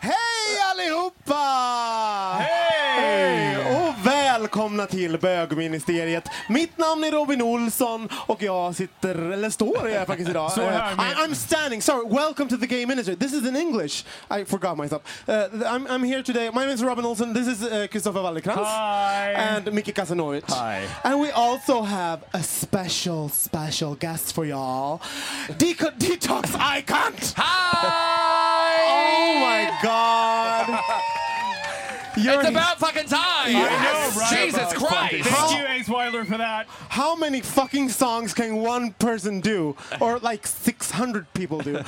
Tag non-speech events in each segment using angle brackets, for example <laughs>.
Hej allihopa! Hej! Och välkomna till bögministeriet. Mitt namn är Robin Olsson och jag sitter, eller står jag faktiskt idag. Står här Eh, med- I, I'm standing, sorry, welcome to the game industry. This is in English. I forgot myself. Uh, I'm, I'm here today, my name is Robin Olsson, this is uh, Christopher Wallercrantz. Hi. And Miki Kasanovic. Hi. And we also have a special, special guest for y'all. Deco- Detox Icon! Oh my god! You're It's about fucking time. I know, right? Jesus About Christ. Thank you, Ace Weiler, for that. How many fucking songs can one person do? Or like 600 people do?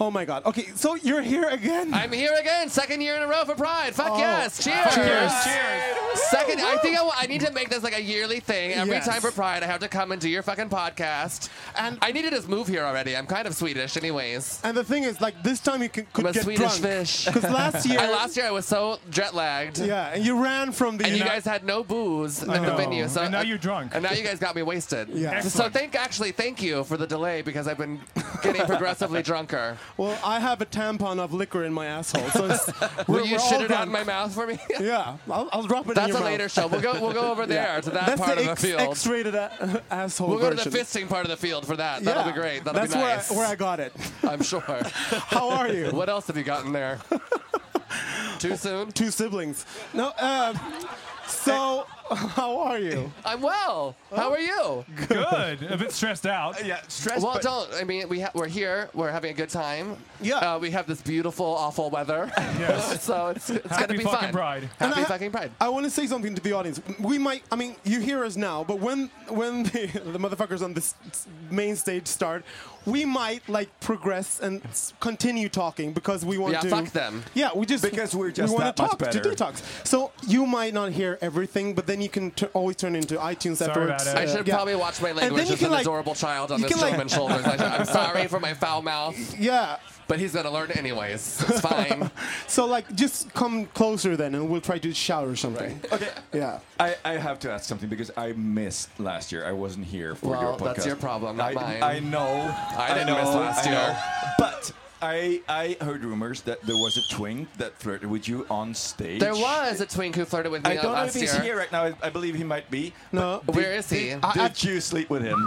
oh my god. Okay, so you're here again. I'm here again, second year in a row for Pride. Fuck Oh. yes. Cheers. Cheers. Cheers. Second, I think I, wa- I need to make this like a yearly thing. Every Yes. time for Pride, I have to come and do your fucking podcast. And- I need to just move here already. I'm kind of Swedish, anyways. and the thing is, like, this time you can, could I'm a get Swedish drunk. fish. Because last year. <laughs> I last year I was so jet lagged. Yeah, and you ran from the. And you guys had no booze at the know. venue, so And now you're drunk. And now you guys got me wasted. Yeah. So thank actually thank you for the delay because I've been getting progressively drunker. Well, I have a tampon of liquor in my asshole, so it's, we're, <laughs> Will you we're all shit it out drunk. in my mouth for me? Yeah, I'll, I'll drop it. in That's your a mouth. later show. We'll go. We'll <laughs> go over there to that That's part the of X, the field. X-rated a- <laughs> asshole we'll go to version. the fisting part of the field for that. That'll Yeah, be great. That'll That's be nice. where, <laughs> I, where I got it. <laughs> I, am sure. How are <laughs> you? what else have you gotten <laughs> there? Too soon. Two siblings. No. Uh, so, <laughs> how are you? I'm well. Oh. How are you? Good. A bit stressed out. Yeah, stress. Well, but don't. I mean, we ha- we're here. We're having a good time. Yeah. Uh, we have this beautiful, <laughs> awful weather. Yes. <laughs> so it's, it's gonna Happy be fucking fun. Pride. And Happy I- fucking pride. I want to say something to the audience. We might, I mean, you hear us now, but when when the, <laughs> the motherfuckers on this main stage start, we might like progress and s- continue talking because we want Yeah, to. fuck them. Yeah, we just Because we're just we wanna that much talk to better. detox. So you might not hear everything, but then you can t- always turn into iTunes afterwards. about it. I should yeah. probably watch my then language you as can, an like- adorable child on you this can, like- showman's shoulders. I should, <laughs> I'm sorry for my foul mouth, Yeah. but he's gonna learn anyways. <laughs> It's fine. So like, just come closer then, and we'll try to shout or something. okay. Yeah. I, I have to ask something because I missed last year. I wasn't here for your Well, podcast. that's your problem, not I, mine. I know. I didn't know, miss last I know. year. But I I heard rumors that there was a twink that flirted with you on stage. There was a twink who flirted with me I don't know if last he's year. here right now. I, I believe he might be. No. but Where did- is he? Did, I- did you sleep with him?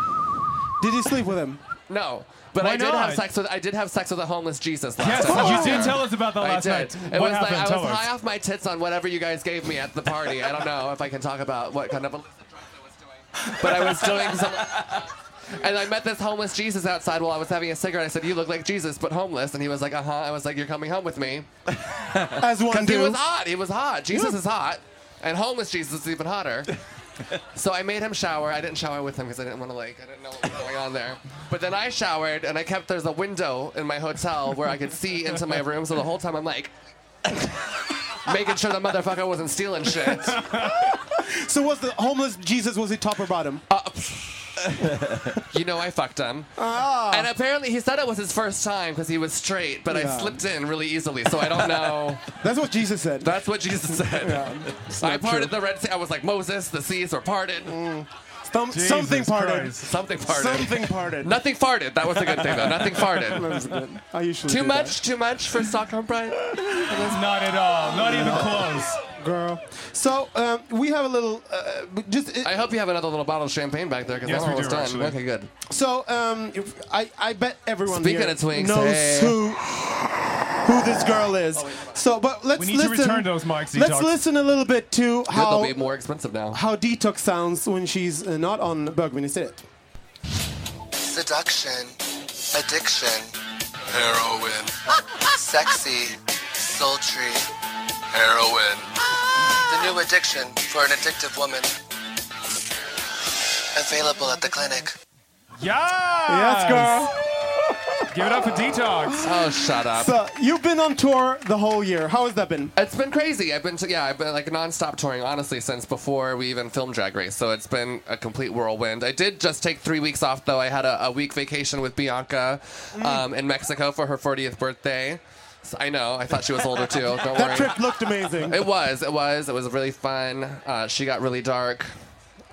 Did you sleep with him? No, but Why I did not? have sex with I did have sex with a homeless Jesus last Yes, time. you did tell us about that I <laughs> last did. night. It what was happened? like I tell was us. high off my tits on whatever you guys gave me at the party. I don't know if I can talk about what kind of illicit drugs I was doing, but I was doing some. <laughs> And I met this homeless Jesus outside while I was having a cigarette. I said, "You look like Jesus, but homeless." And he was like, "Uh huh." I was like, "You're coming home with me." As one He do. was hot. He was hot. Jesus is hot, and homeless Jesus is even hotter. <laughs> so I made him shower. I didn't shower with him because I didn't want to like I didn't know what was going on there. But then I showered, and I kept there's a window in my hotel where I could see into my room. So the whole time I'm like. <laughs> Making sure the motherfucker wasn't stealing shit. So was the homeless Jesus? Was he top or bottom? You know, I fucked him. Ah. And apparently, he said it was his first time because he was straight, but Yeah. I slipped in really easily, so I <laughs> don't know. That's what Jesus said. That's what Jesus said. It's I not parted true. the Red Sea. I was like, Moses, the seas were parted. It's Thom- something parted. Christ. Something farted. Something parted. Nothing farted. That was the good thing, <laughs> though. Nothing farted. That was good. I usually Too do that. Uh, much, too much for Stockholm Pride. Not at all. Not even close. girl. So um, we have a little. Uh, just I hope you have another little bottle of champagne back there because Yes, I'm we do, almost done. actually. Okay, good. so um, if- I I bet everyone Speaking here of twinks, knows hey. who who this girl is. so, but let's We need to listen. return those mics, Let's Detox. listen a little bit to Good, how they'll be more expensive now. how detox sounds when she's uh, not on Bergman. Is it? Seduction, addiction, heroin, <laughs> sexy, sultry, heroin. The new addiction for an addictive woman. Available at the clinic. Yes, Yes. girl. Give it up for detox. Oh, shut up. So you've been on tour the whole year. How has that been? It's been crazy. I've been, to, yeah, I've been like nonstop touring, honestly, since before we even filmed Drag Race. So it's been a complete whirlwind. I did just take three weeks off, though. I had a, a week vacation with Bianca Mm. um, in Mexico for her 40th birthday. So I know. I thought she was older, too. Don't worry. That trip looked <laughs> amazing. It was. It was. It was really fun. Uh, she got really dark.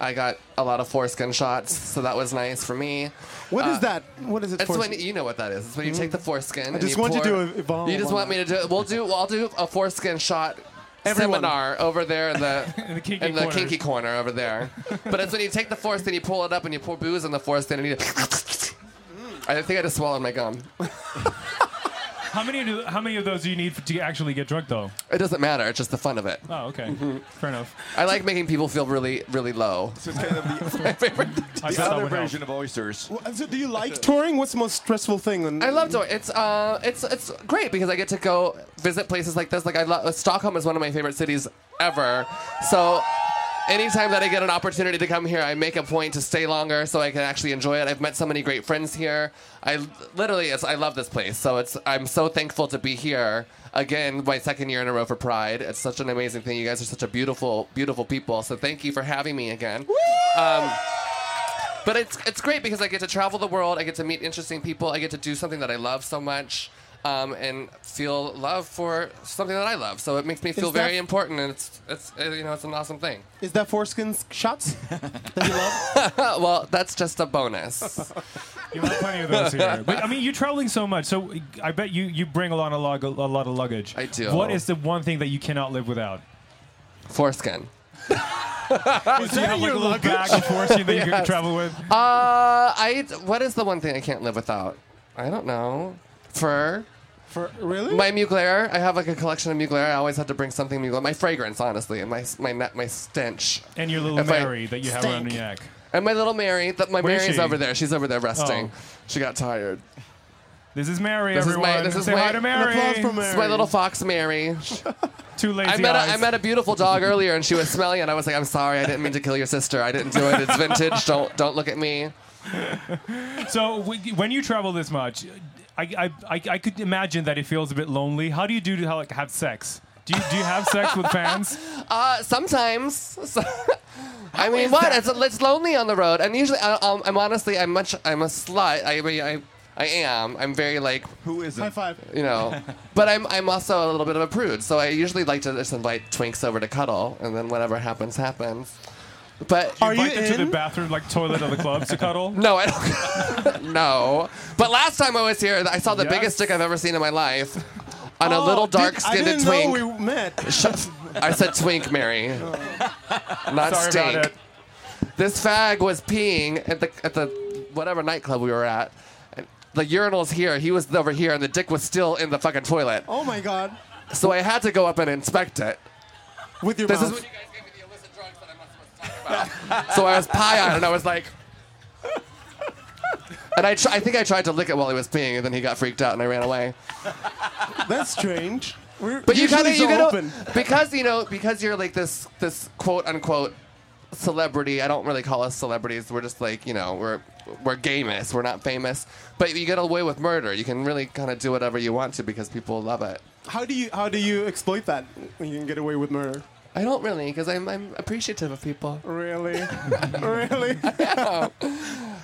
I got a lot of foreskin shots, so that was nice for me. What is that? What is it It's for? when you know what that is. It's when you take the foreskin. Mm-hmm. I just and you want you pour, to do a- evolve You just on want me to do. it. We'll do. I'll do a foreskin shot. Everyone. Seminar over there <laughs> in the In the kinky in the corners. kinky corner over there, but it's when you take the foreskin, you pull it up, and you pour booze in the foreskin, and you. I think I just swallowed my gum. How many do, how many of those do you need to actually get drunk though? It doesn't matter. It's just the fun of it. Oh, okay. Fair enough. I like making people feel really, really low. <laughs> So it's kind <laughs> of the, I bet the that other would help. version of oysters. Well, so do you like touring? What's the most stressful thing? On, I love Dory. It's uh, it's it's great because I get to go visit places like this. Like I love Stockholm is one of my favorite cities ever. So anytime that I get an opportunity to come here, I make a point to stay longer so I can actually enjoy it. I've met so many great friends here. I l- literally, it's, I love this place. So it's I'm so thankful to be here again, my second year in a row for Pride. It's such an amazing thing. You guys are such a beautiful, beautiful people. So thank you for having me again. Um, but it's it's great because I get to travel the world. I get to meet interesting people. I get to do something that I love so much, um, and feel love for something that I love. So it makes me feel that- very important, and it's it's uh, you know it's an awesome thing. Is that foreskins <laughs> shots? that you love? Uh, well, that's just a <laughs> bonus. You have plenty of those here. But I mean, you're traveling so much, so I bet you you bring along a log a lot of luggage. I do. What is the one thing that you cannot live without? Foreskin. Do you have like a little bag of foreskin that you can travel with? Uh, I what is the one thing I can't live without? I don't know. Fur. For really? My Mugler. I have like a collection of Mugler. I always had to bring something Mugler. My fragrance, honestly, and my my na- my stench. And your little If I- Mary that you have around your neck. And my little Mary, that my Where is Mary's she? over there. She's over there resting. Oh. She got tired. This is Mary, This is everyone. my- this is Say my- hi to an Mary. applause for Mary. This is my little fox, Mary. Two lazy I met, a, eyes. I met a beautiful dog earlier, and she was smelly, and I was like, "I'm sorry, I didn't mean to kill your sister. I didn't do it. It's vintage. Don't don't look at me." So w- when you travel this much, I, I, I, I could imagine that it feels a bit lonely. How do you do to like have sex? Do you, do you have sex <laughs> with fans? Uh, sometimes. <laughs> So- I mean, what? It's, it's lonely on the road, and usually, I, I'm, I'm honestly, I'm much, I'm a slut. I mean, I, I am. I'm very like Who isn't? High five. you <laughs> know. But I'm I'm also a little bit of a prude, so I usually like to just invite twinks over to cuddle, and then whatever happens, happens. But Are you Invite them to in? the bathroom, like toilet of the club, to <laughs> cuddle? no, I don't. <laughs> no. But last time I was here, I saw the Yes. biggest dick I've ever seen in my life on a Oh, little did- I dark-skinned didn't twink. know we <laughs> met. Shut- I said <laughs> twink, Mary. Not Sorry stink. about it. This fag was peeing at the at the whatever nightclub we were at. And the urinal's here. He was over here, and the dick was still in the fucking toilet. Oh my god. So I had to go up and inspect it. With your This is mouth. when you guys gave me the illicit drugs that I'm not supposed to talk about. so I was pie-eyed and I was like. And I, tr- I think I tried to lick it while he was peeing, and then he got freaked out, and I ran away. That's strange. We're But you usually kind of you so gotta open. because you know because you're like this this quote unquote celebrity. I don't really call us celebrities. We're just like you know we're we're gamous. We're not famous, but you get away with murder. You can really kind of do whatever you want to because people love it. How do you how do you exploit that? You can get away with murder. I don't really because I'm I'm appreciative of people. <laughs> Really? really?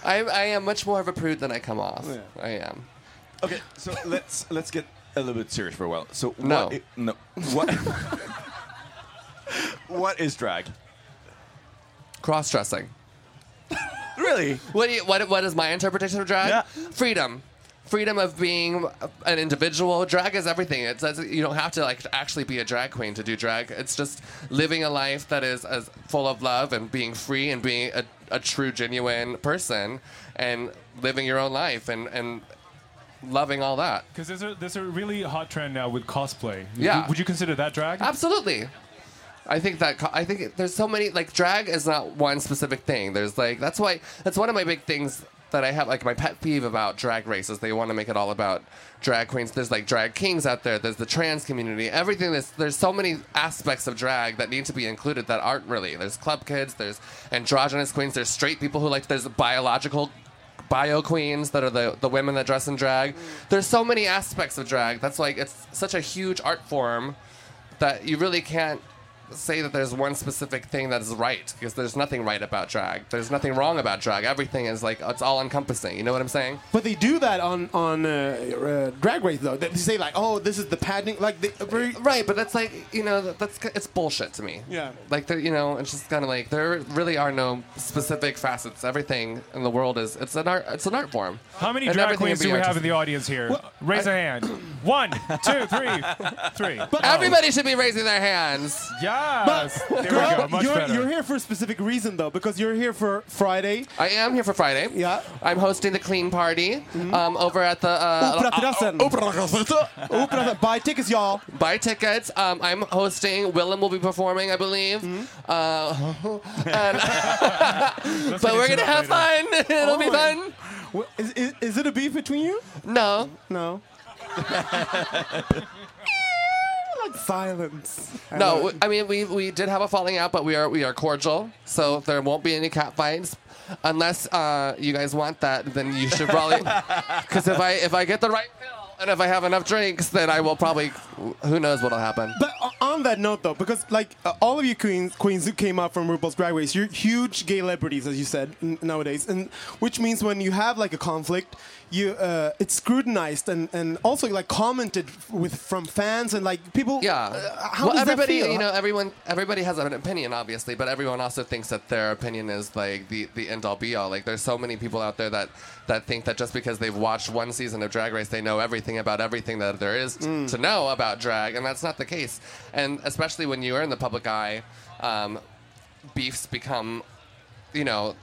I, I am much more of a prude than I come off. Yeah. I am. Okay, so let's let's get a little bit serious for a while. So No. what i- no, what <laughs> what is drag? Cross dressing. Really? What, do you, what, what is my interpretation of drag? Yeah. Freedom. Freedom of being an individual. Drag is everything. It says you don't have to like actually be a drag queen to do drag. It's just living a life that is as full of love and being free and being a, a true, genuine person and living your own life and, and loving all that. Because there's a there's a really hot trend now with cosplay. Yeah. Would, would you consider that drag? Absolutely. I think that co- I think there's so many like drag is not one specific thing. There's like that's why that's one of my big things that I have like my pet peeve about drag races. They want to make it all about drag queens. There's like drag kings out there. There's the trans community. Everything that's there's so many aspects of drag that need to be included that aren't really. There's club kids. There's androgynous queens. There's straight people who like. There's biological bio queens that are the, the women that dress in drag. There's so many aspects of drag. That's like it's such a huge art form that you really can't say that there's one specific thing that is right because there's nothing right about drag. There's nothing wrong about drag. Everything is like it's all encompassing. You know what I'm saying? But they do that on on uh, uh, Drag Race though. They say like, "Oh, this is the pageant." Like, they, very, Right, but that's like you know that- that's it's bullshit to me. Yeah. Like there- you know, it's just kind of like there really are no specific facets. Everything in the world is it's an art it's an art form. How many And drag everything queens can do be we have in artistic. the audience here? Raise a hand. One, two, three, <laughs> three. Oh, Everybody should be raising their hands. Yes. <laughs> There we Girl, go. Much you're, better. you're here for a specific reason though, because you're here for Friday. I am here for Friday. <laughs> Yeah. Mm-hmm. I'm hosting the clean party um, over at the Oh, uh, ah, Operatrassen. oh, Operatrassen. Oh, Buy tickets, y'all. buy tickets. Um, I'm hosting. Willem will be performing, I believe. Uh, Let's but get we're into gonna that have later. fun. <laughs> It'll be fun. Wha- Is, is, is it a beef between you? No, <laughs> No. <laughs> like silence. no. w- I mean, we we did have a falling out, but we are we are cordial, so there won't be any cat fights. Unless uh, you guys want that, then you should probably. Because if I if I get the right pill and if I have enough drinks, then I will probably. Who knows what'll happen? But o- on that note, though, because like uh, all of you queens, queens who came out from RuPaul's Drag Race, you're huge gay celebrities, as you said n- nowadays, and which means when you have like a conflict, you uh, it's scrutinized and, and also like commented with from fans and like people. Yeah. uh, how well, does everybody, that feel? you know, everyone, everybody has an opinion, obviously, but everyone also thinks that their opinion is like the, the end all be all. Like, there's so many people out there that that think that just because they've watched one season of Drag Race, they know everything about everything that there is t- Mm. to know about drag, and that's not the case. And especially when you are in the public eye, um, beefs become, you know,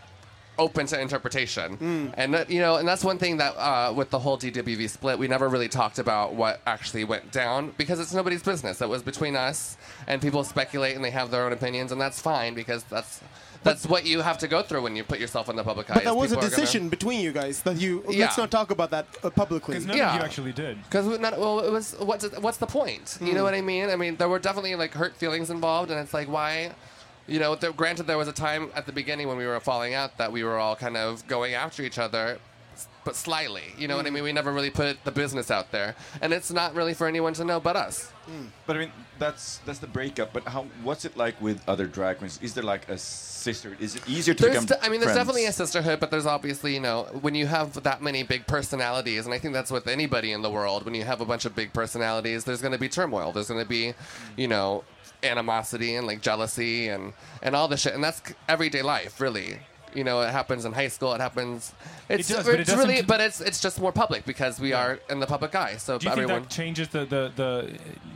open to interpretation. Mm. And that, you know, and that's one thing that uh, with the whole DWV split, we never really talked about what actually went down because it's nobody's business. It was between us, and people speculate and they have their own opinions, and that's fine because that's that's what you have to go through when you put yourself in the public eye. but that was a decision between you guys that you Yeah. let's not talk about that uh, publicly. Because none Yeah. of you actually did. Because well, it was what's what's the point? You know what I mean? I mean, there were definitely like hurt feelings involved, and it's like why, you know. There, granted, there was a time at the beginning when we were falling out that we were all kind of going after each other, s- but slyly. You know what I mean? We never really put the business out there, and it's not really for anyone to know but us. But I mean, that's that's the breakup. But how? What's it like with other drag queens? Is there like a sister? Is it easier to There's become? de- I mean, there's friends? definitely a sisterhood, but there's obviously, you know, when you have that many big personalities, and I think that's with anybody in the world, when you have a bunch of big personalities, there's going to be turmoil. There's going to be, you know, animosity and like jealousy and and all this shit, and that's c- everyday life, really. You know, it happens in high school. It happens. It's, does, but it it's doesn't really, do- but it's it's just more public because we are in the public eye. So Do you everyone. think that changes the, the, the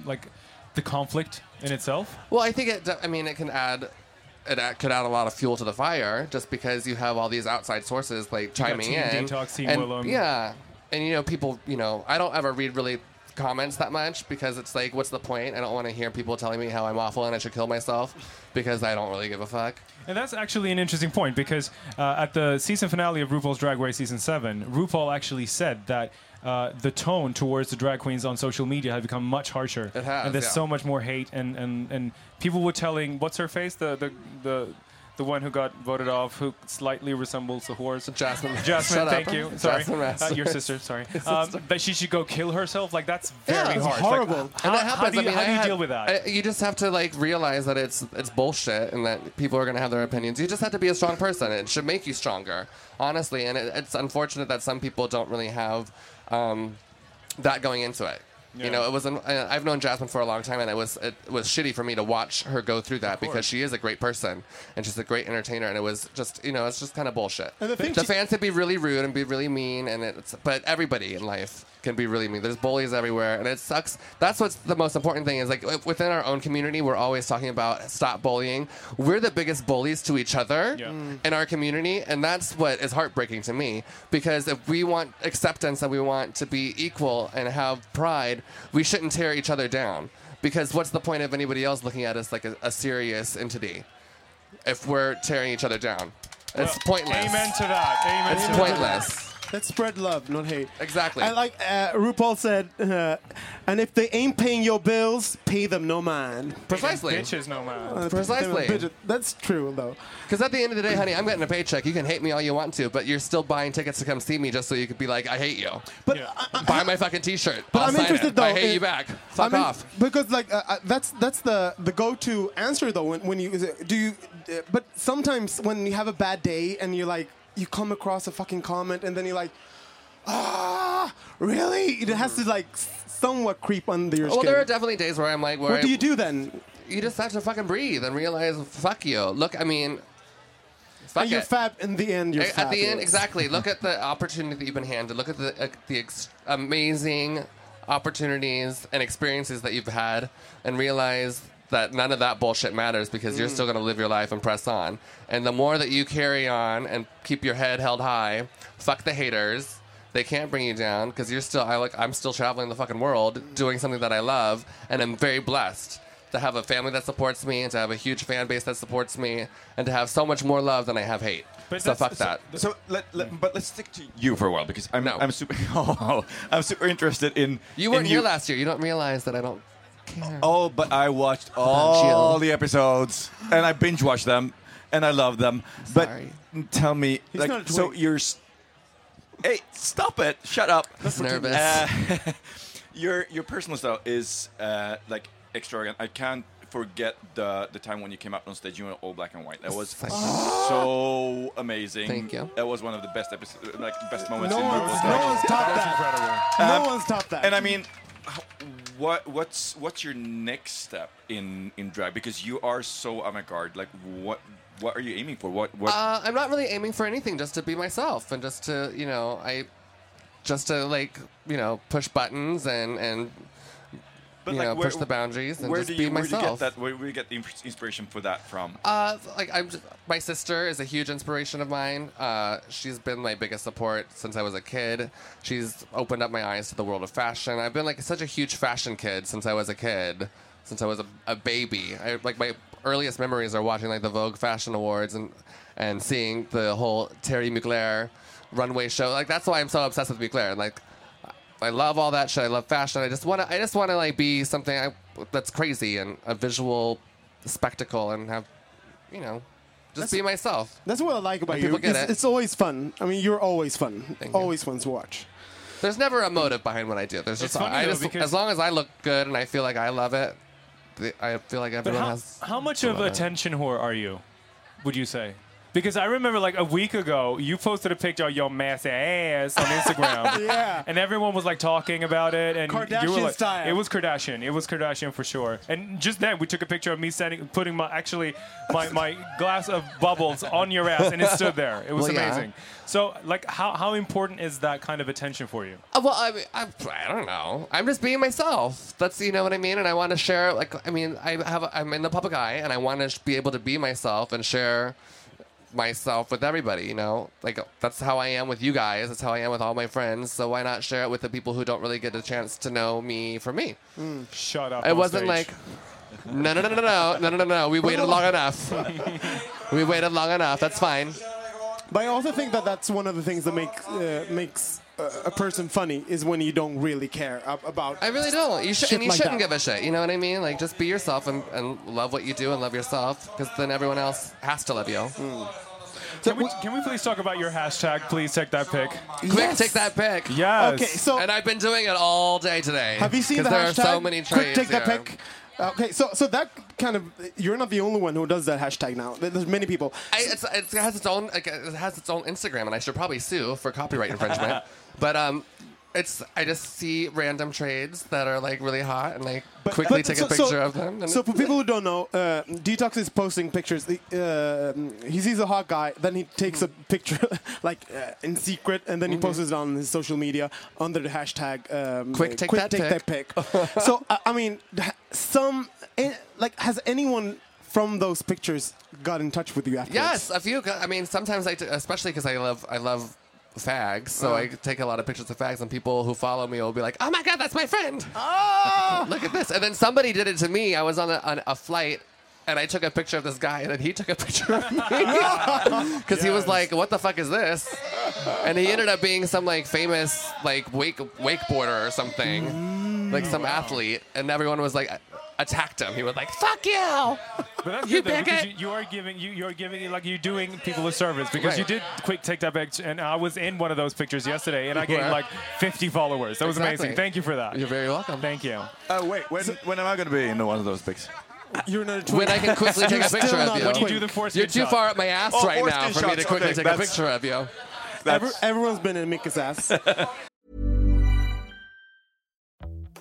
like the conflict in itself? Well, I think it. de- I mean, it can add. It add, could add a lot of fuel to the fire just because you have all these outside sources like chiming Team in. Detox, Team and, Willem. Yeah, and you know, people. You know, I don't ever read really comments that much because it's like, what's the point? I don't want to hear people telling me how I'm awful and I should kill myself because I don't really give a fuck. And that's actually an interesting point because uh, at the season finale of RuPaul's Drag Race season seven, RuPaul actually said that uh, the tone towards the drag queens on social media had become much harsher. It has, and there's yeah. so much more hate, and, and, and people were telling what's her face the the the. The one who got voted off, who slightly resembles a horse, <laughs> Jasmine. Jasmine, Shut up. thank you. Sorry, Jasmine uh, Rasmussen. your <laughs> sister. Sorry, um, that she should go kill herself. Like that's very it's harsh. horrible. Like, And how, and that how happens. do you, I mean, how do I you had- deal with that? I- you just have to like realize that it's it's bullshit and that people are gonna have their opinions. You just have to be a strong person. It should make you stronger, honestly. And it, it's unfortunate that some people don't really have um, that going into it. You Yeah. know, it was. An, I- I've known Jasmine for a long time, and it was it was shitty for me to watch her go through that because she is a great person and she's a great entertainer, and it was just you know it's just kind of bullshit. And the thing she- fans can be really rude and be really mean, and it's but everybody in life can be really mean. There's bullies everywhere, and it sucks. That's what's the most important thing is like w- within our own community, we're always talking about stop bullying. We're the biggest bullies to each other Yeah. Mm. in our community, and that's what is heartbreaking to me because if we want acceptance and we want to be equal and have pride, we shouldn't tear each other down. Because what's the point of anybody else looking at us like a, a serious entity if we're tearing each other down? It's pointless. Amen to that. Amen. It's to pointless. Let's spread love, not hate. Exactly. I like uh, RuPaul said, uh, and if they ain't paying your bills, pay them no mind. Precisely. That. Bitches, no man. Uh, pay them Precisely. bitches. That's true, though. Because at the end of the day, honey, I'm getting a paycheck. You can hate me all you want to, but you're still buying tickets to come see me just so you could be like, I hate you. But Yeah. I, I, Buy my fucking T-shirt. But I'll I'm sign interested it. though. I hate in- you back. Fuck I'm in- off. because like uh, uh, that's that's the the go-to answer though when when you is it- do you uh, but sometimes when you have a bad day and you're like you come across a fucking comment and then you're like ah really it has to like s- somewhat creep under your Well, skin. there are definitely days where I'm like, where what do you do then? You just have to fucking breathe and realize, fuck you. Look, I mean, fuck And you're it. fab in the end. You're at the end, fabulous. exactly. Look at the opportunity that you've been handed. Look at the uh, the ex- amazing opportunities and experiences that you've had, and realize that none of that bullshit matters because you're still going to live your life and press on. And the more that you carry on and keep your head held high, fuck the haters. They can't bring you down because you're still. I like. I'm still traveling the fucking world, doing something that I love, and I'm very blessed to have a family that supports me, and to have a huge fan base that supports me, and to have so much more love than I have hate. But so that's- fuck that. So let, let, but let's stick to you for a while because I'm No. I'm super <laughs> oh, I'm super interested in You weren't in here last year. You don't realize that I don't. Oh, but I watched all Jill. the episodes and I binge watched them and I love them. Sorry. But tell me, He's like, not a so twink. you're. s hey, stop it! Shut up. That's nervous. Uh, <laughs> your your personal style is uh, like extravagant. I can't forget the the time when you came out on stage. You were all black and white. That was Thank so amazing. Thank you. That was one of the best episodes, like best moments No in one's, RuPaul's no Drag one's Race. topped that. Incredible. No Um, one's topped that. And I mean, h- what what's what's your next step in in drag? Because you are so avant-garde. Like, what what are you aiming for? What what? Uh, I'm not really aiming for anything, just to be myself and just to, you know, I, just to like, you know, push buttons and and but you know, push the boundaries and where just do be you, Where do you get myself. that? Where do you get the ins- inspiration for that from? Uh, like I'm, just, my sister is a huge inspiration of mine. Uh, she's been my biggest support since I was a kid. She's opened up my eyes to the world of fashion. I've been like such a huge fashion kid since I was a kid, since I was a, a baby. I, like my earliest memories are watching like the Vogue Fashion Awards and and seeing the whole Terry Mugler runway show. Like that's why I'm so obsessed with Mugler. Like I love all that shit. I love fashion. I just want to. I just want to like be something I, that's crazy and a visual spectacle and have, you know, just be myself. That's what I like about And you. people get It's, it. it's always fun. I mean, you're always fun. Thank you. always fun to watch. There's never a motive behind what I do. There's It's just funny, I though, just because- as long as I look good and I feel like I love it, the- I feel like But everyone how, has. how much of attention whore are you? Would you say? Because I remember like a week ago, you posted a picture of your massive ass on <laughs> Instagram. <laughs> Yeah. And everyone was like talking about it, and you were Kardashian like, style. It was Kardashian. It was Kardashian for sure. And just then, we took a picture of me standing, putting my actually my, <laughs> my glass of bubbles on your ass, and it stood there. It was Well, yeah. amazing. So, like, how how important is that kind of attention for you? Uh, Well, I, mean, I, I don't know. I'm just being myself. That's you know what I mean. And I want to share. Like I mean, I have. I'm in the public eye, and I want to sh- be able to be myself and share myself with everybody. You know, like that's how I am with you guys. That's how I am with all my friends. So why not share it with the people who don't really get a chance to know me for me? Shut up. It on wasn't stage. like. No, no, no, no, no, no, no, no, no. We waited long enough. <laughs> we waited long enough. That's fine. But I also think that that's one of the things that makes uh, makes uh, a person funny is when you don't really care ab- about. I really don't. You should, Shit and you like shouldn't that. give a shit. You know what I mean? Like, just be yourself and, and love what you do and love yourself, because then everyone else has to love you. Mm. Can we, can we please talk about your hashtag? Please take that pic. Quick, take that pic. Yes. Okay, so And I've been doing it all day today. have you seen 'cause the there hashtag? are so many Quick, trades take that here. pic. Okay, so so that kind of you're not the only one who does that hashtag now. There- There's many people. I, it's, it's, <laughs> it has its own. Like, it has its own Instagram, and I should probably sue for copyright infringement. but um, it's I just see random trades that are like really hot and like quickly take a picture of them. And So for people who don't know, uh, Detox is posting pictures. He, uh, he sees a hot guy, then he takes a picture <laughs> like uh, in secret, and then he Mm-hmm. posts it on his social media under the hashtag um, Quick uh, take quick that take that pic." pic. <laughs> so I I mean, th- some eh, like has anyone from those pictures got in touch with you afterwards? Yes, a few. I mean, sometimes I, do, especially because I love, I love fags, so I take a lot of pictures of fags, and people who follow me will be like, "Oh my god, that's my friend! Oh, <laughs> look at this!" And then somebody did it to me. I was on a, on a flight. And I took a picture of this guy, and then he took a picture of <laughs> me because he was like, "What the fuck is this?" And he ended up being some like famous like wake wakeboarder or something, like some athlete. And everyone was like, attacked him. He was like, "Fuck you!" But that's You good though, pick because it. you, you are giving you you're giving like you're doing people a service because you Right. did quick take that picture and I was in one of those pictures yesterday and I gained were? like 50 followers. That was Exactly. amazing. Thank you for that. You're very welcome. Thank you. Oh wait, when, when am I going to be in one of those pics? you're not a twin. when I can <laughs> quickly take a Still picture not of you. When you do the foreskin You're too shot. far up my ass Oh, right now foreskin for me to shots, quickly okay, take a that's- picture of you. Every, everyone's been in Mika's <laughs> ass.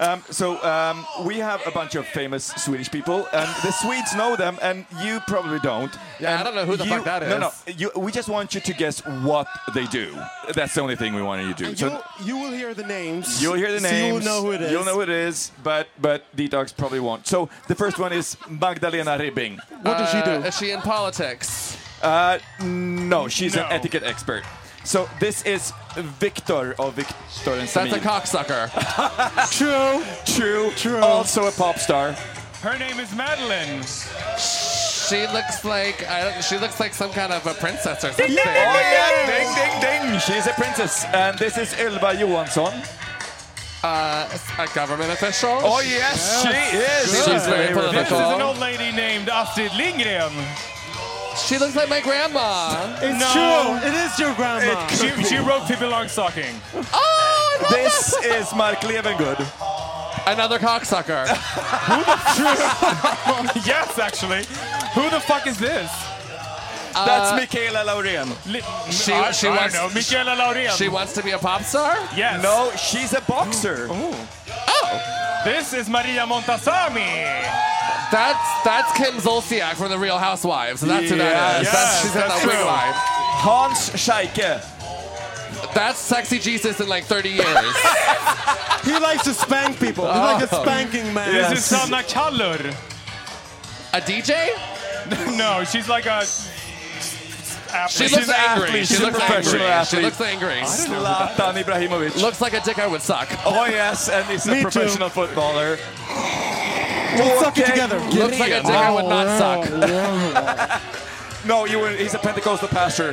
Um, so um, we have a bunch of famous Swedish people, and the Swedes know them, and you probably don't. Yeah, I And don't know who the you- fuck that No, no. is. You, we just want you to guess what they do. That's the only thing we want you to do. And So you'll, you will hear the names. you'll hear the so You'll names. know who it is. You'll know who it is, but but detox probably won't. So the first one <laughs> is Magdalena Ribbing. What does she do? Uh, is she in politics? Uh, no, she's No. an etiquette expert. So this is Victor of Victor and That's a Samin. cocksucker. True. True, True. Also a pop star. Her name is Madeline. she looks like I don't, she looks like some kind of a princess or <laughs> something. Oh yeah, ding ding ding! She's a princess, and this is Elva Johansson. Uh, a government official. Oh yes, she is. She's very This is an political. old lady named Astrid Lindgren. She looks like my <laughs> grandma. It's No. true. It is your grandma. It She, she wrote Pippi Longstocking. Oh, I love This is Mark Levengood. another cocksucker. <laughs> yes, actually. Who the fuck is this? That's Michaela Laurén. Li- She- I, she I wants- don't know. Michaela Laurean. She wants to be a pop star. yes. No, she's a boxer. Oh. This is Maria Montazami. That's that's Kim Zolciak from the Real Housewives. That's who that is. Yes, that's, she's in that's that wig true. line. Hans Scheike. That's sexy Jesus in like 30 years. He likes to spank people. He's like Oh. a spanking man. This Yes. is Sanna Kallur. a DJ? <coughs> No, she's like a. She She's looks an angry. athlete. She She's a looks angry. professional She athlete. looks angry. Zlatan Ibrahimovic. Looks like a dick I would suck. Oh yes, and he's a Me too. professional footballer. Let's suck it Okay. together. Looks like a dick I would not suck. No, you were, he's a Pentecostal pastor.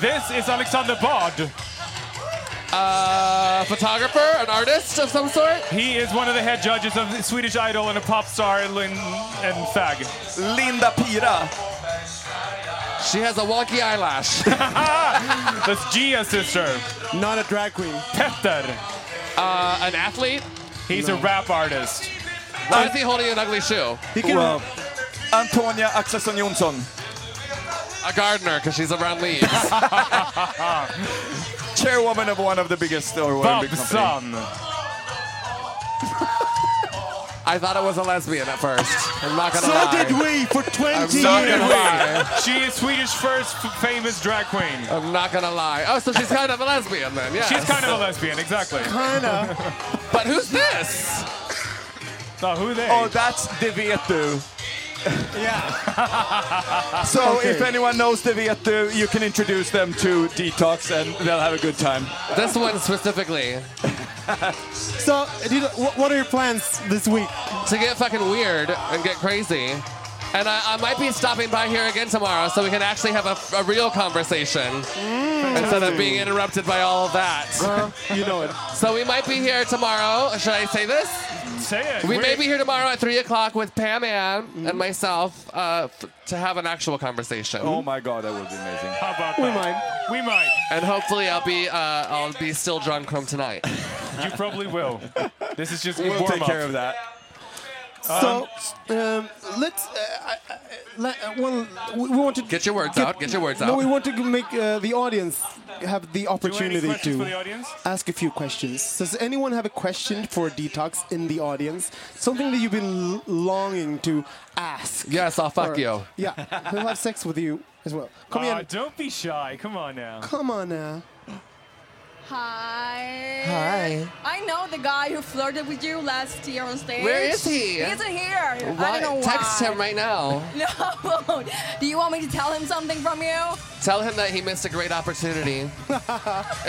This is Alexander Bard. A photographer? An artist of some sort? He is one of the head judges of Swedish Idol and a pop star in, and fag. Linda Pira. She has a wonky eyelash. Uh, That's Gia's sister, Not a drag queen. Petter. Uh, an athlete? He's a rap artist. Why is he holding an ugly shoe? He can Well, Antonia Axelsson Jonsson. A gardener, because she's around leaves. chairwoman of one of the biggest or one Bob big company. Sun. I thought it was a lesbian at first. I'm not gonna So lie. did we for 20 I'm not years. gonna lie. <laughs> She is Swedish first f- famous drag queen. I'm not gonna lie. Oh, so she's kind of a lesbian then, yeah. She's kind of a lesbian, exactly. But who's this? So who they? Oh, that's Det vet du. Yeah. So if anyone knows Det vet du, you can introduce them to Detox and they'll have a good time. This one specifically. So, do you, wh- what are your plans this week? To get fucking weird and get crazy. And I, I might be stopping by here again tomorrow so we can actually have a, a real conversation Mm. instead of being interrupted by all of that. You know it. So we might be here tomorrow. Should I say this? Say it. We We're- may be here tomorrow at 3 o'clock with Pam Ann and myself uh, f- to have an actual conversation. Oh my god, that would be amazing. How about We that? might. We might. And hopefully I'll be uh, I'll be still drunk from tonight. You probably will. This is just We'll warm take up. care of that. So, um, let's. Uh, I, I, let, uh, well, we we want to Get your words out. Get your words No, we out. want to g- make uh, the audience have the Do we have any opportunity questions for the to audience? ask a few questions. Does anyone have a question for Detox in the audience? Something that you've been l- longing to ask. Yes, I'll fuck Or- you. Uh, Yeah, he'll have sex with you as well. Come Aw, on, Uh, don't be shy. Come on now. come on now. Hi. Hi. I know the guy who flirted with you last year on stage. Where is he? He isn't here. <laughs> I Why- don't know why. Text him right now. <laughs> No. Do you want me to tell him something from you? Tell him that he missed a great <laughs> opportunity.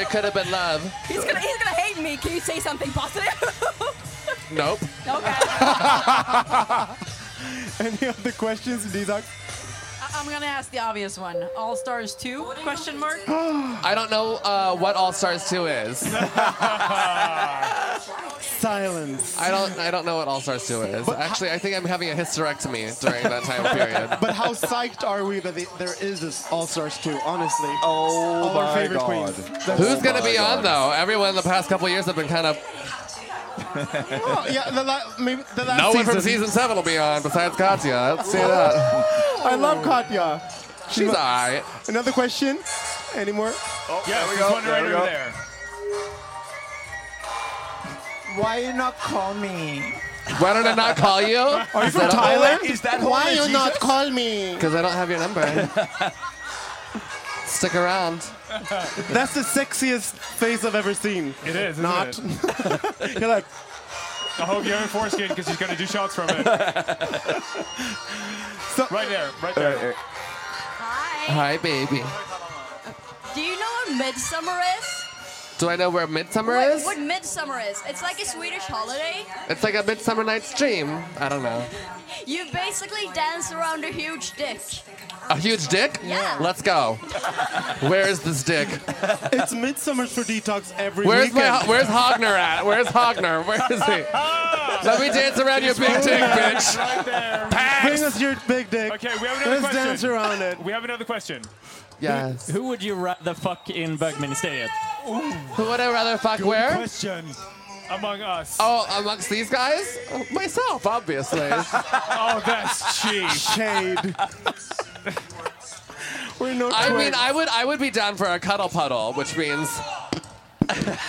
it could have been love. He's gonna he's gonna hate me. Can you say something positive? Nope. okay. Any other questions, Detox? <laughs> I- I'm gonna ask the obvious one. All Stars two? Question mark. I don't know uh, what All Stars 2 is. Silence. I don't I don't know what All Stars 2 is. Actually, I think I'm having a hysterectomy during that time period. But how psyched are we that the, there is this All Stars 2, honestly? Oh All our favorite queens. That's- Who's going to my be on, God. though? Everyone in the past couple of years have been kind of. Oh, yeah, the la- maybe the last No one season. from season 7 will be on besides Katya. I don't see that. I love Katya. She's all right. Another question? Any more? Yeah, there's go, one there right we over go. there. Why you not call me? Why did I not call you? Are you from Thailand? Is that Why Holy you not Jesus? call me? Because I don't have your number. Stick around. That's the sexiest face I've ever seen. It is. Isn't Not. <laughs> It? You're like, I hope you haven't foreskin because she's gonna do shots from it. So- right there, right there. Hi, Hi. baby. Do you know what midsummer is? Do I know where Midsummer What, is? what midsummer is? It's like a Swedish holiday. It's like a Midsummer Night's Dream. I don't know. You basically dance around a huge dick. A huge dick? Yeah. Let's go. Where is this dick? it's midsummer's for detox every Where's my? weekend. ho- Where's Hogner at? Where's Hogner? Where is he? Let me dance around your big dick, bitch. Ah! Right there. Bring us your big dick. Okay, we have another Let's question. dance around <laughs> it. We have another question. Yes. Who would you rather fuck in Bergministeriet? Who would I rather fuck where? Question. Among us. Oh, Oh, amongst these guys? Oh, Myself, obviously. that's cheap. Shade. We're not <laughs> I mean, twins. I would, I would be down for a cuddle puddle, which means. <laughs>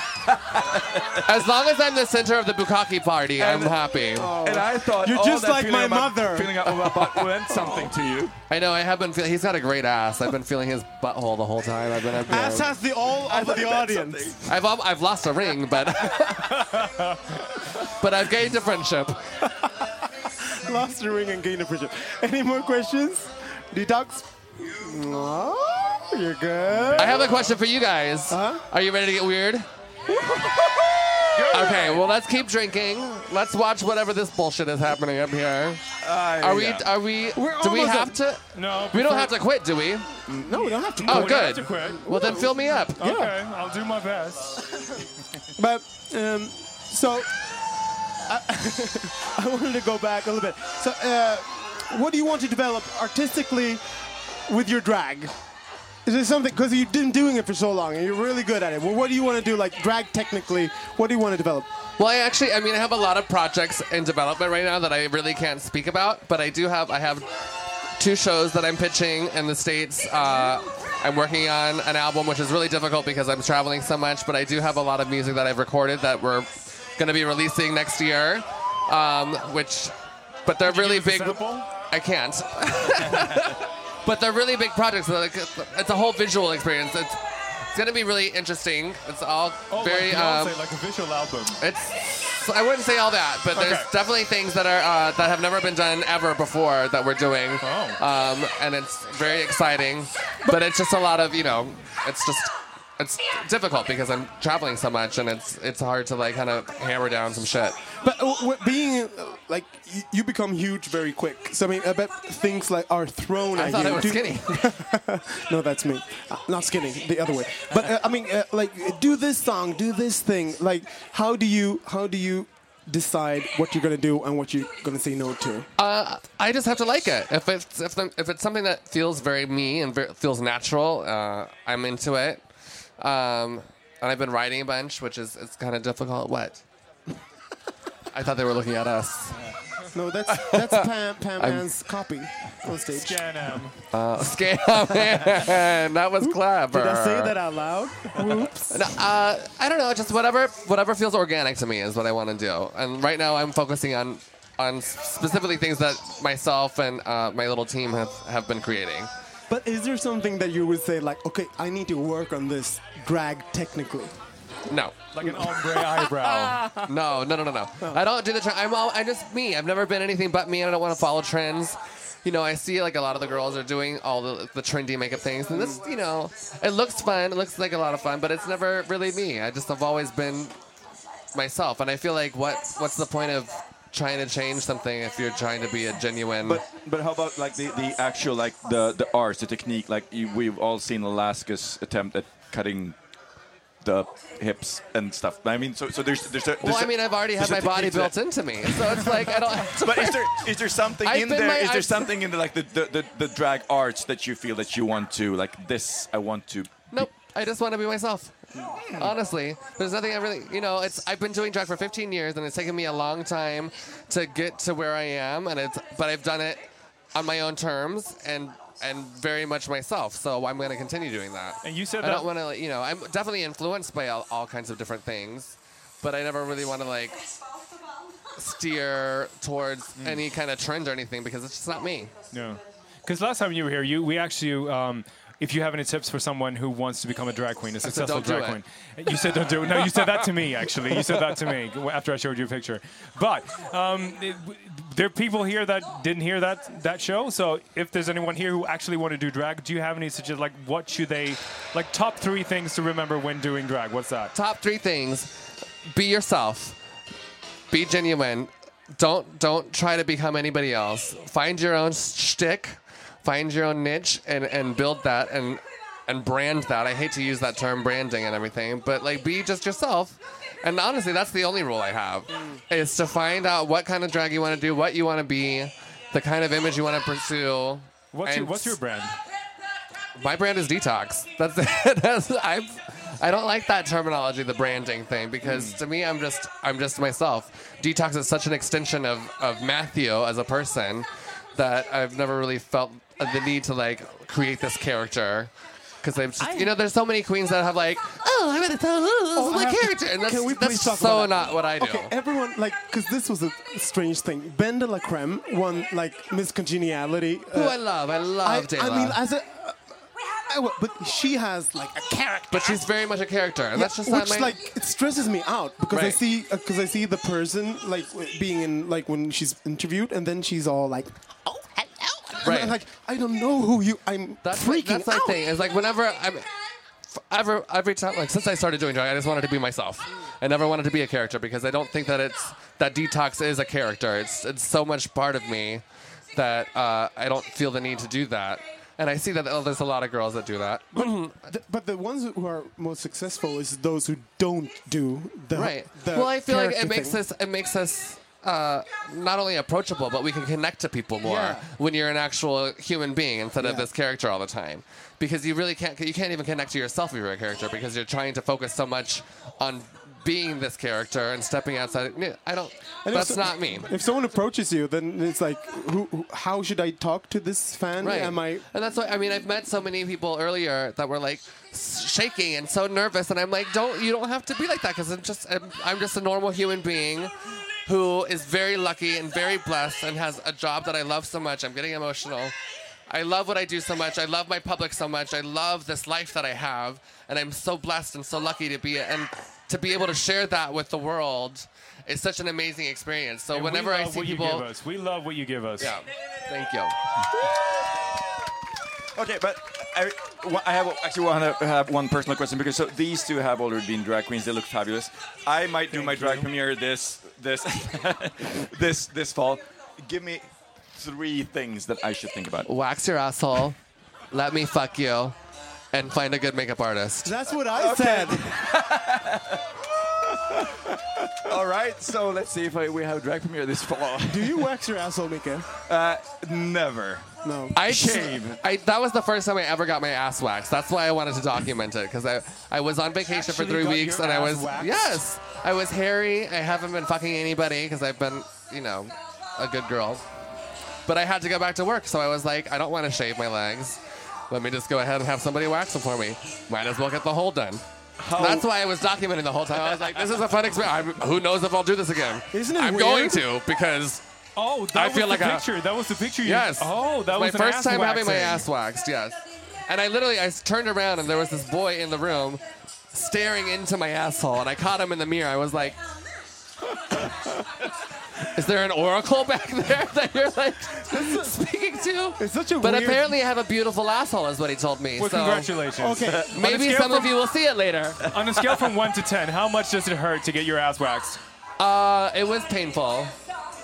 as long as I'm the center of the bukkake party, I'm happy. And I thought You're all just that like feeling my about- mother. Feeling up about meant something to you. I know I have been feeling. He's got a great ass. I've been feeling his butthole the whole time. I've been up there. As has the all of the audience. I've al- I've lost a ring, but <laughs> but I've gained a friendship. Lost the ring and gained a friendship. Any more questions? Detox? No, you're good. I have a question for you guys. Are you ready to get weird? okay, well let's keep drinking. Let's watch whatever this bullshit is happening up here. Are we? Are we? We're do we almost have up. to? No, We don't before- have to quit, do we? No, we don't have to. Oh, We don't have good. to quit. Well, then fill me up. Okay, I'll do my best. But um, so <laughs> I, I wanted to go back a little bit. So, uh, what do you want to develop artistically with your drag? Is there something because you've been doing it for so long and you're really good at it? Well, what do you want to do? Like drag technically, what do you want to develop? Well, I actually, I mean, I have a lot of projects in development right now that I really can't speak about, but I do have, I have two shows that I'm pitching in the States. Uh, I'm working on an album, which is really difficult because I'm traveling so much, but I do have a lot of music that I've recorded that we're going to be releasing next year, um, which, but they're really big. I can't. <laughs> but they're really big projects. They're like, it's a whole visual experience. It's, it's going to be really interesting. It's all Oh, very. like, Beyonce, um, like a visual album. it's. I wouldn't say all that, but there's Okay. definitely things that are uh, that have never been done ever before that we're doing, Oh. um, and it's very exciting. But it's just a lot of you know, it's just it's difficult because I'm traveling so much, and it's it's hard to like kind of hammer down some shit. But uh, w- being uh, like y- you become huge very quick. So I mean, I bet things like are thrown I at thought you. I was Do- skinny. <laughs> no, that's me. Uh, not skinny, the other way. But uh, I mean, uh, like do this song, do this thing. Like how do you how do you decide what you're gonna do and what you're gonna say no to? Uh, I just have to like it. If it's if, the, if it's something that feels very me and ver feels natural, uh, I'm into it. Um, and I've been writing a bunch, which is it's kind of difficult. What? <laughs> I thought they were looking at us. No, that's <laughs> that's Pam Pam I'm- Ann's copy on stage. Scanam. Uh, scam <laughs> man, that was clever. Did I say that out loud? Whoops. No, uh, I don't know. Just whatever whatever feels organic to me is what I want to do. And right now, I'm focusing on on specifically things that myself and uh, my little team have, have been creating. But is there something that you would say like, okay, I need to work on this drag technically? No. Like an ombre eyebrow. <laughs> No, no, no, no, no. I don't do the trend. I'm all, I'm just me. I've never been anything but me, and I don't want to follow trends. You know, I see like a lot of the girls are doing all the, the trendy makeup things, and this, you know, it looks fun. It looks like a lot of fun, but it's never really me. I just have always been myself, and I feel like what what's the point of trying to change something if you're trying to be a genuine? But but how about like the, the actual like the the arts, the technique? Like you, we've all seen Alaska's attempt at cutting the hips and stuff. I mean, so so there's there's a, there's well, a- I mean, I've already had there's a my body technique to that. built into me, so it's like I don't. <laughs> But is there is there something I've in been there? Is my- there I've- something in the like the, the, the, the drag arts that you feel that you want to like this? I want to. Nope. I just want to be myself. Honestly, there's nothing I really, you know, it's I've been doing drag for 15 years and it's taken me a long time to get to where I am and it's but I've done it on my own terms and and very much myself. So I'm going to continue doing that. And you said I that- don't want to, like, you know, I'm definitely influenced by all, all kinds of different things, but I never really want to like steer towards Mm. any kind of trend or anything because it's just not me. No. Because last time you were here, you we actually. Um, if you have any tips for someone who wants to become a drag queen, a successful "Don't do drag it." queen, you said don't do it. No, you said that to me actually. You said that to me <laughs> after I showed you a picture. But um, it, there are people here that didn't hear that that show. So if there's anyone here who actually want to do drag, do you have any suggestions? Like what should they like top three things to remember when doing drag? What's that? top three things be yourself be genuine don't don't try to become anybody else find your own shtick find your own niche and and build that and and brand that i hate to use that term branding and everything but like be just yourself and honestly that's the only rule i have is to find out what kind of drag you want to do what you want to be the kind of image you want to pursue What's your, and what's your brand? my brand is detox. That's <laughs> it. That's, I'm, I don't like that terminology, the branding thing, because Hmm. to me, I'm just I'm just myself. Detox is such an extension of of Matthew as a person that I've never really felt the need to like create this character. Because I'm, just, you know, there's so many queens that have like, oh, I'm gonna tell oh, I my have to- character, and that's, Uh, can we that's please talk so about that? not what I do. Okay, everyone, like, because this was a strange thing. Ben de la Creme won, like, Miss Congeniality. Who uh, I love, I I, love Dayla. I mean, as a. Uh, I wa- but she has, like, a character. but she's very much a character, and that's just not which my. like it stresses me out because I Right. see because I see the person like w- being in like when she's interviewed and then she's all like, oh hello, And Right. I'm like I don't know who you. I'm That's freaking like, that's out. my thing. It's like whenever I'm, f- ever every time like since I started doing drag, I just wanted to be myself. I never wanted to be a character because I don't think that it's that detox is a character. It's it's so much part of me that uh, I don't feel the need to do that. And I see that oh, there's a lot of girls that do that. Th- but the ones who are most successful is those who don't do the right the well i feel like it character makes thing. us it makes us uh, not only approachable, but we can connect to people more Yeah. when you're an actual human being instead of Yeah. this character all the time. Because you really can't, you can't even connect to yourself if you're a character because you're trying to focus so much on being this character and stepping outside. Yeah, I don't. And if that's so- not me. If someone approaches you, then it's like, who, who, how should I talk to this fan? Right. Am I? And that's why I mean I've met so many people earlier that were like s- shaking and so nervous, and I'm like, don't you don't have to be like that because I'm just I'm, I'm just a normal human being who is very lucky and very blessed and has a job that I love so much. I'm getting emotional. I love what I do so much. I love my public so much. I love this life that I have, and I'm so blessed and so lucky to be and to be able to share that with the world is such an amazing experience. So And we whenever I love see what you people, give us. we love what you give us. yeah, thank you. Okay, but I, wha- I have actually want to have one personal question because so these two have already been drag queens. They look fabulous. I might do my drag premiere this this <laughs> this this fall. Give me three things that I should think about. wax your asshole, let me fuck you, and find a good makeup artist. That's what I said. All right, so let's see if I, we have drag premiere this fall. <laughs> <laughs> Do you wax your asshole, Mika? Uh, never. No. I Shame. I, that was the first time I ever got my ass waxed. That's why I wanted to document it because I, I was on vacation for actually three got weeks your and I ass was waxed? yes, I was hairy. I haven't been fucking anybody because I've been you know a good girl, but I had to go back to work, so I was like, I don't want to shave my legs. Let me just go ahead and have somebody wax them for me. Might as well get the whole done. That's why I was documenting the whole time. I was like, this is a fun experience. I'm, who knows if I'll do this again? Isn't it I'm weird? going to because Oh, that I was feel the like a- picture. that was the picture. You, Yes. Oh, that It's my was an first ass time having my waxing. ass waxed. Yes, and I literally I s- turned around and there was this boy in the room staring into my asshole, and I caught him in the mirror. I was like. <laughs> Is there an oracle back there <laughs> that you're like speaking to? It's such a but weird- apparently I have a beautiful asshole, is what he told me. Well, so congratulations. Okay. maybe scale some of from- you will see it later. <laughs> On a scale from one to ten, how much does it hurt to get your ass waxed? Uh, it was painful,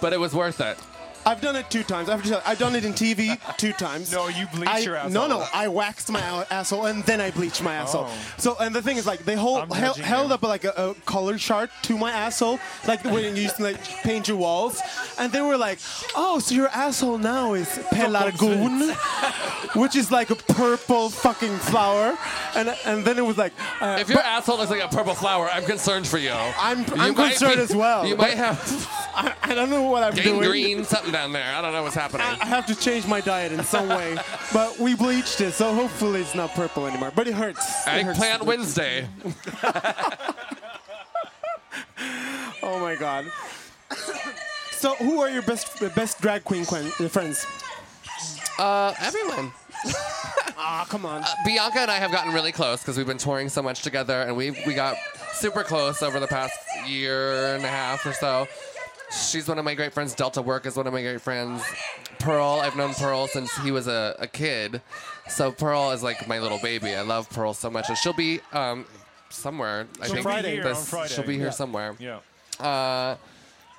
but it was worth it. I've done it two times. I've, just, I've done it in TV two times. No, you bleached I, your asshole. No, no, I waxed my al- asshole and then I bleached my asshole. Oh. So, and the thing is, like, they I'm hold, hel- judging held you. up like a, a color chart to my asshole, like when you used to, like paint your walls, and they were like, "Oh, so your asshole now is pelargon, <laughs> which is like a purple fucking flower," and and then it was like, uh, If your asshole looks like a purple flower, I'm concerned for you. "I'm You I'm might concerned be- as well. You but might have I, I don't know what I'm doing." gangrene, something down there. I don't know what's happening. I I have to change my diet in some way. but we bleached it, so hopefully it's not purple anymore. But it hurts. It hurts. Eggplant Wednesday. Oh my god. So, who are your best best drag queen quen- uh, friends? Uh, everyone. Ah, come on. Bianca and I have gotten really close because we've been touring so much together, and we we got super close over the past year and a half or so. She's one of my great friends. Delta Work is one of my great friends. Pearl, I've known Pearl since he was a, a kid, so Pearl is like my little baby. I love Pearl so much, and she'll be um, somewhere. I She'll think be here this- on Friday. She'll be here Yeah. somewhere. Yeah. Uh,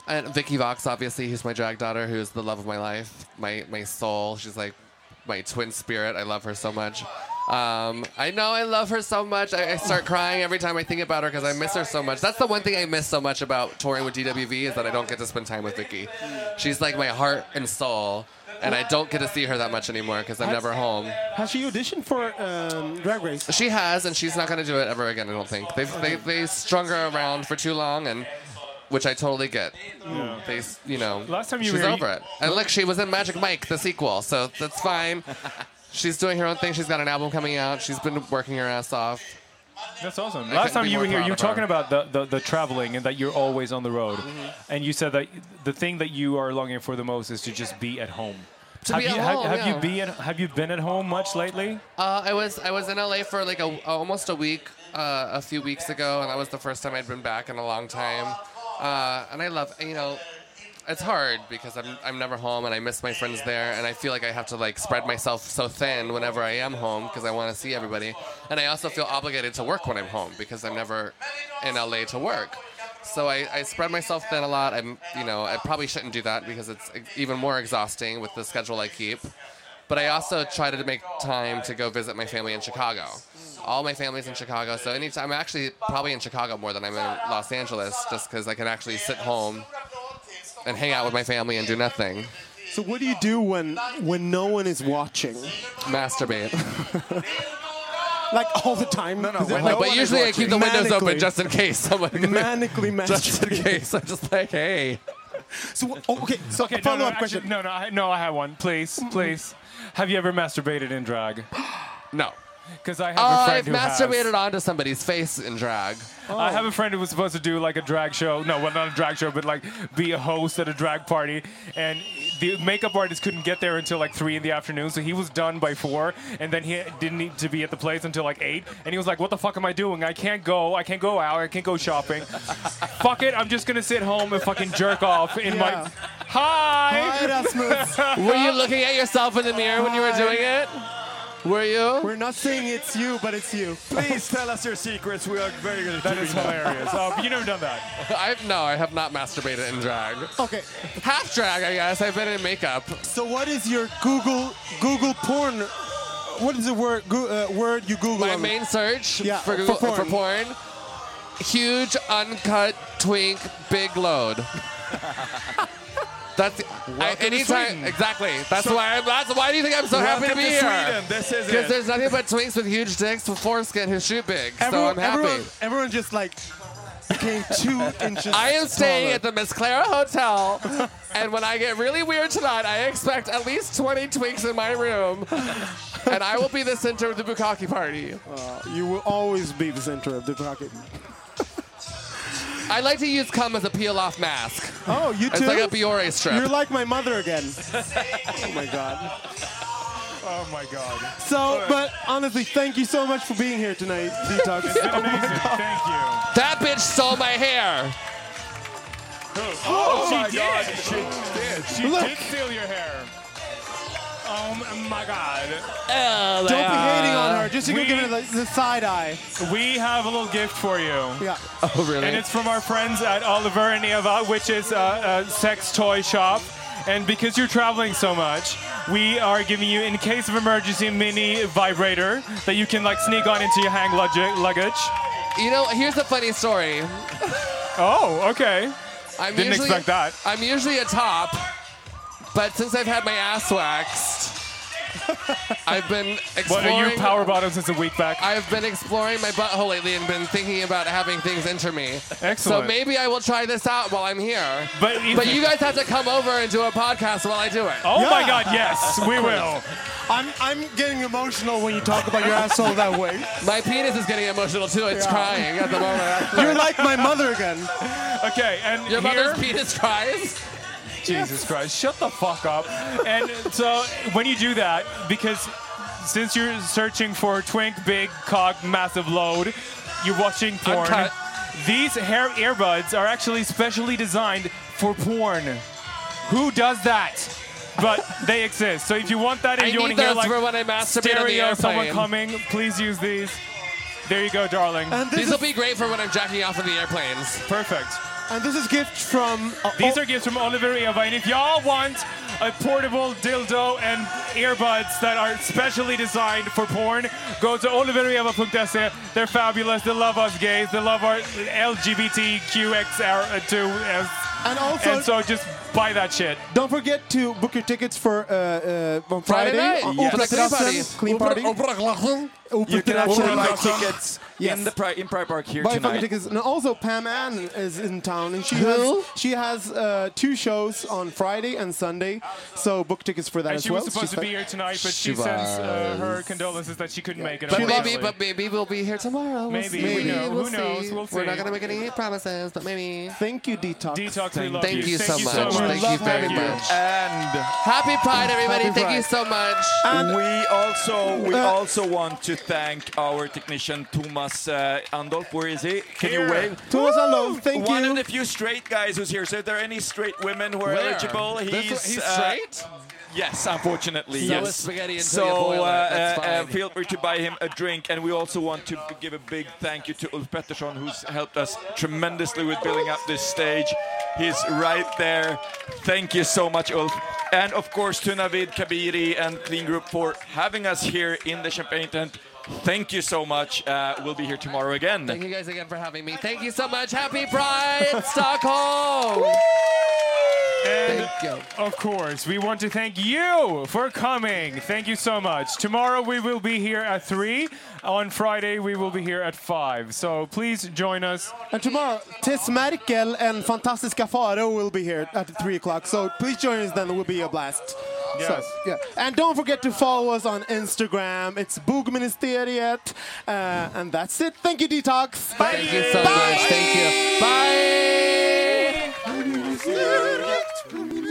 and Vicky Vox, obviously, who's my drag daughter, who's the love of my life, my my soul. She's like my twin spirit. I love her so much. Um, I know I love her so much. I, I start crying every time I think about her because I miss her so much. That's the one thing I miss so much about touring with DWV is that I don't get to spend time with Vicky. She's like my heart and soul, and I don't get to see her that much anymore because I'm never home. Has she auditioned for um, Drag Race? She has, and she's not going to do it ever again. I don't think they've they they strung her around for too long, and which I totally get. They, s- you know, Last time you she's were- over it. And look, she was in Magic Mike, the sequel, so that's <laughs> fine. She's doing her own thing. She's got an album coming out. She's been working her ass off. That's awesome. I couldn't Last time be you more were here, proud you were of her. talking about the, the, the traveling and that you're always on the road. And you said that the thing that you are longing for the most is to just be at home. To have be you at have, home, have yeah. you been have you been at home much lately? Uh, I was I was in LA for like a, almost a week, uh, a few weeks ago, and that was the first time I'd been back in a long time. Uh, and I love you know, it's hard because I'm I'm never home and I miss my friends there, and I feel like I have to like spread myself so thin whenever I am home because I want to see everybody, and I also feel obligated to work when I'm home because I'm never in LA to work. So I, I spread myself thin a lot. I'm you know I probably shouldn't do that because it's e-, even more exhausting with the schedule I keep. But I also try to make time to go visit my family in Chicago. All my family's in Chicago, so anytime I'm actually probably in Chicago more than I'm in Los Angeles, just because I can actually sit home and hang out with my family and do nothing. So what do you do when when no one is watching? <laughs> Masturbate. Like all the time? No, no. no, but usually I keep the windows open just in case someone. <laughs> manically just <laughs> in masturbating. case. I'm just like, hey. So what- oh, okay, so Okay, follow no, no, up question. actually, no, no, I, no, I have one. Please, please. Have you ever masturbated in drag? No. Because I have a friend I've who has. masturbated onto somebody's face in drag. I Oh. have a friend who was supposed to do like a drag show. No, well, not a drag show, but like be a host at a drag party. And the makeup artist couldn't get there until like three in the afternoon, so he was done by four. And then he didn't need to be at the place until like eight. And he was like, "What the fuck am I doing? I can't go. I can't go out. I can't go <laughs> shopping. fuck it. I'm just gonna sit home and fucking jerk off in Yeah. my." Hi. Hi, Rasmus. Were you looking at yourself in the mirror when you were doing it? Were you? We're not saying it's you, but it's you. Please tell us your secrets. We are very good at That is hilarious. Oh, you never done that. I've no, I have not masturbated in drag. Okay, Half drag, I guess. I've been in makeup. so what is your Google Google porn? What is the word go, uh, word you Google? My on- main search Yeah, for, for Google, porn. for porn: huge uncut twink, big load. That's I, to anytime Sweden. exactly. That's why. I'm, that's why do you think I'm so happy to be here? Sweden. This is Because it. there's nothing but twinks with huge dicks with foreskin who shoot big. so I'm happy. Everyone, everyone just like became two <laughs> inches. I am staying taller. at the Miss Clara Hotel, and when I get really weird tonight, I expect at least 20 twinks in my room, and I will be the center of the bukkake party. You will always be the center of the pocket. I like to use cum as a peel-off mask. Oh, you It's too. like a Biore strip. You're like my mother again. oh my god. Oh my god. So, but honestly, thank you so much for being here tonight, <laughs> Detox. Amazing. Thank you. that bitch stole my hair. Oh, my god, she did. She did steal your hair. Oh my god. Don't Don't be hating on her. Just you we- can give her the, the side eye. We have a little gift for you. <laughs> Yeah. Oh, really? And it's from our friends at Oliver and Eva, which is a, a sex toy shop. And because you're traveling so much, we are giving you, in case of emergency, mini vibrator that you can like sneak on into your hang lug- luggage. you know, here's a funny story. Oh, okay. I'm Didn't usually, expect that. I'm usually a top, but since I've had my ass waxed, I've been <laughs> What exploring. are you power bottom since a week back? I've been exploring my butthole lately and been thinking about having things enter me. Excellent. So maybe I will try this out while I'm here. But if- you guys have to come over and do a podcast while I do it. oh my Yeah. god, yes, we will. I'm I'm getting emotional when you talk about your asshole that <laughs> way. My penis is getting emotional too. It's Yeah. crying at the <laughs> moment. You're like my mother again. Okay, and Your here, mother's penis cries. <laughs> Jesus Christ, shut the fuck up. And so when you do that, because since you're searching for twink, big, cock, massive load, you're watching porn. Uncut. These hair earbuds are actually specially designed for porn. Who does that? But they exist. So if you want that and I you want need to hear those like for when I masturbate in the stereo, someone airplane. coming, please use these. There you go, darling. And this These will is, be great for when I'm jacking off in the airplanes. Perfect. and this is gift from uh, These are gifts from Oliver Eva, and if y'all want a portable dildo and earbuds that are specially designed for porn, go to olivereva.se. They're fabulous. They love us gays. They love our LGBTQXR2. and also And so just buy that shit. don't forget to book your tickets for uh, uh, on Friday, on Yes. Open Clean Terrassen, party. clean party. Open You can actually Terrassen. buy tickets Yes. in the pri- in Pride Park here Buy fucking tonight. tickets. And also, Pam Ann is in town, and she Who? has she has uh, two shows on Friday and Sunday. So book tickets for that And as she well. was supposed She's to be fa- here tonight, but she, She sends uh, was. her condolences that she couldn't make it. But maybe, unfortunately. but maybe we'll be here tomorrow. We'll Maybe. see. We know. We'll Who knows? see. We'll We're see. not gonna make any promises, but maybe. Thank you, detox. Detox, we love Thank you so much. much. Thank you Love very having you. much. And Happy Pride, everybody. Happy Thank you Pride. so much. we also we Uh, also want to thank our technician Thomas uh, Andolf. Where is he? Can Here. you wave? Thomas Andolf, thank One you. of the few straight guys who's here. So if there are any straight women who are Where? eligible, This- he's he's uh, straight? Yes, unfortunately, So yes. is spaghetti until so you boil it. That's uh, uh, fine. feel free to buy him a drink, and we also want to give a big thank you to Ulf Pettersson, who's helped us tremendously with building up this stage. He's right there. Thank you so much, Ulf. And of course to Navid Kabiri and Clean Group for having us here in the Champagne tent. Thank you so much. Uh, we'll be here tomorrow again. Thank you guys again for having me. Thank you so much. Happy Pride, Stockholm. And Thank you. of course, we want to thank you for coming. Thank you so much. Tomorrow we will be here at 3. On Friday we will be here at 5. So please join us. And tomorrow, Tess Merkel and Fantastiska Faro will be here at 3 o'clock. So please join us then. It will be a blast. Yes. yeah. And don't forget to follow us on Instagram. It's Boogministeriet. Uh, and that's it. Thank you, Detox. Bye. Thank you so much. Thank you. Bye.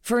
For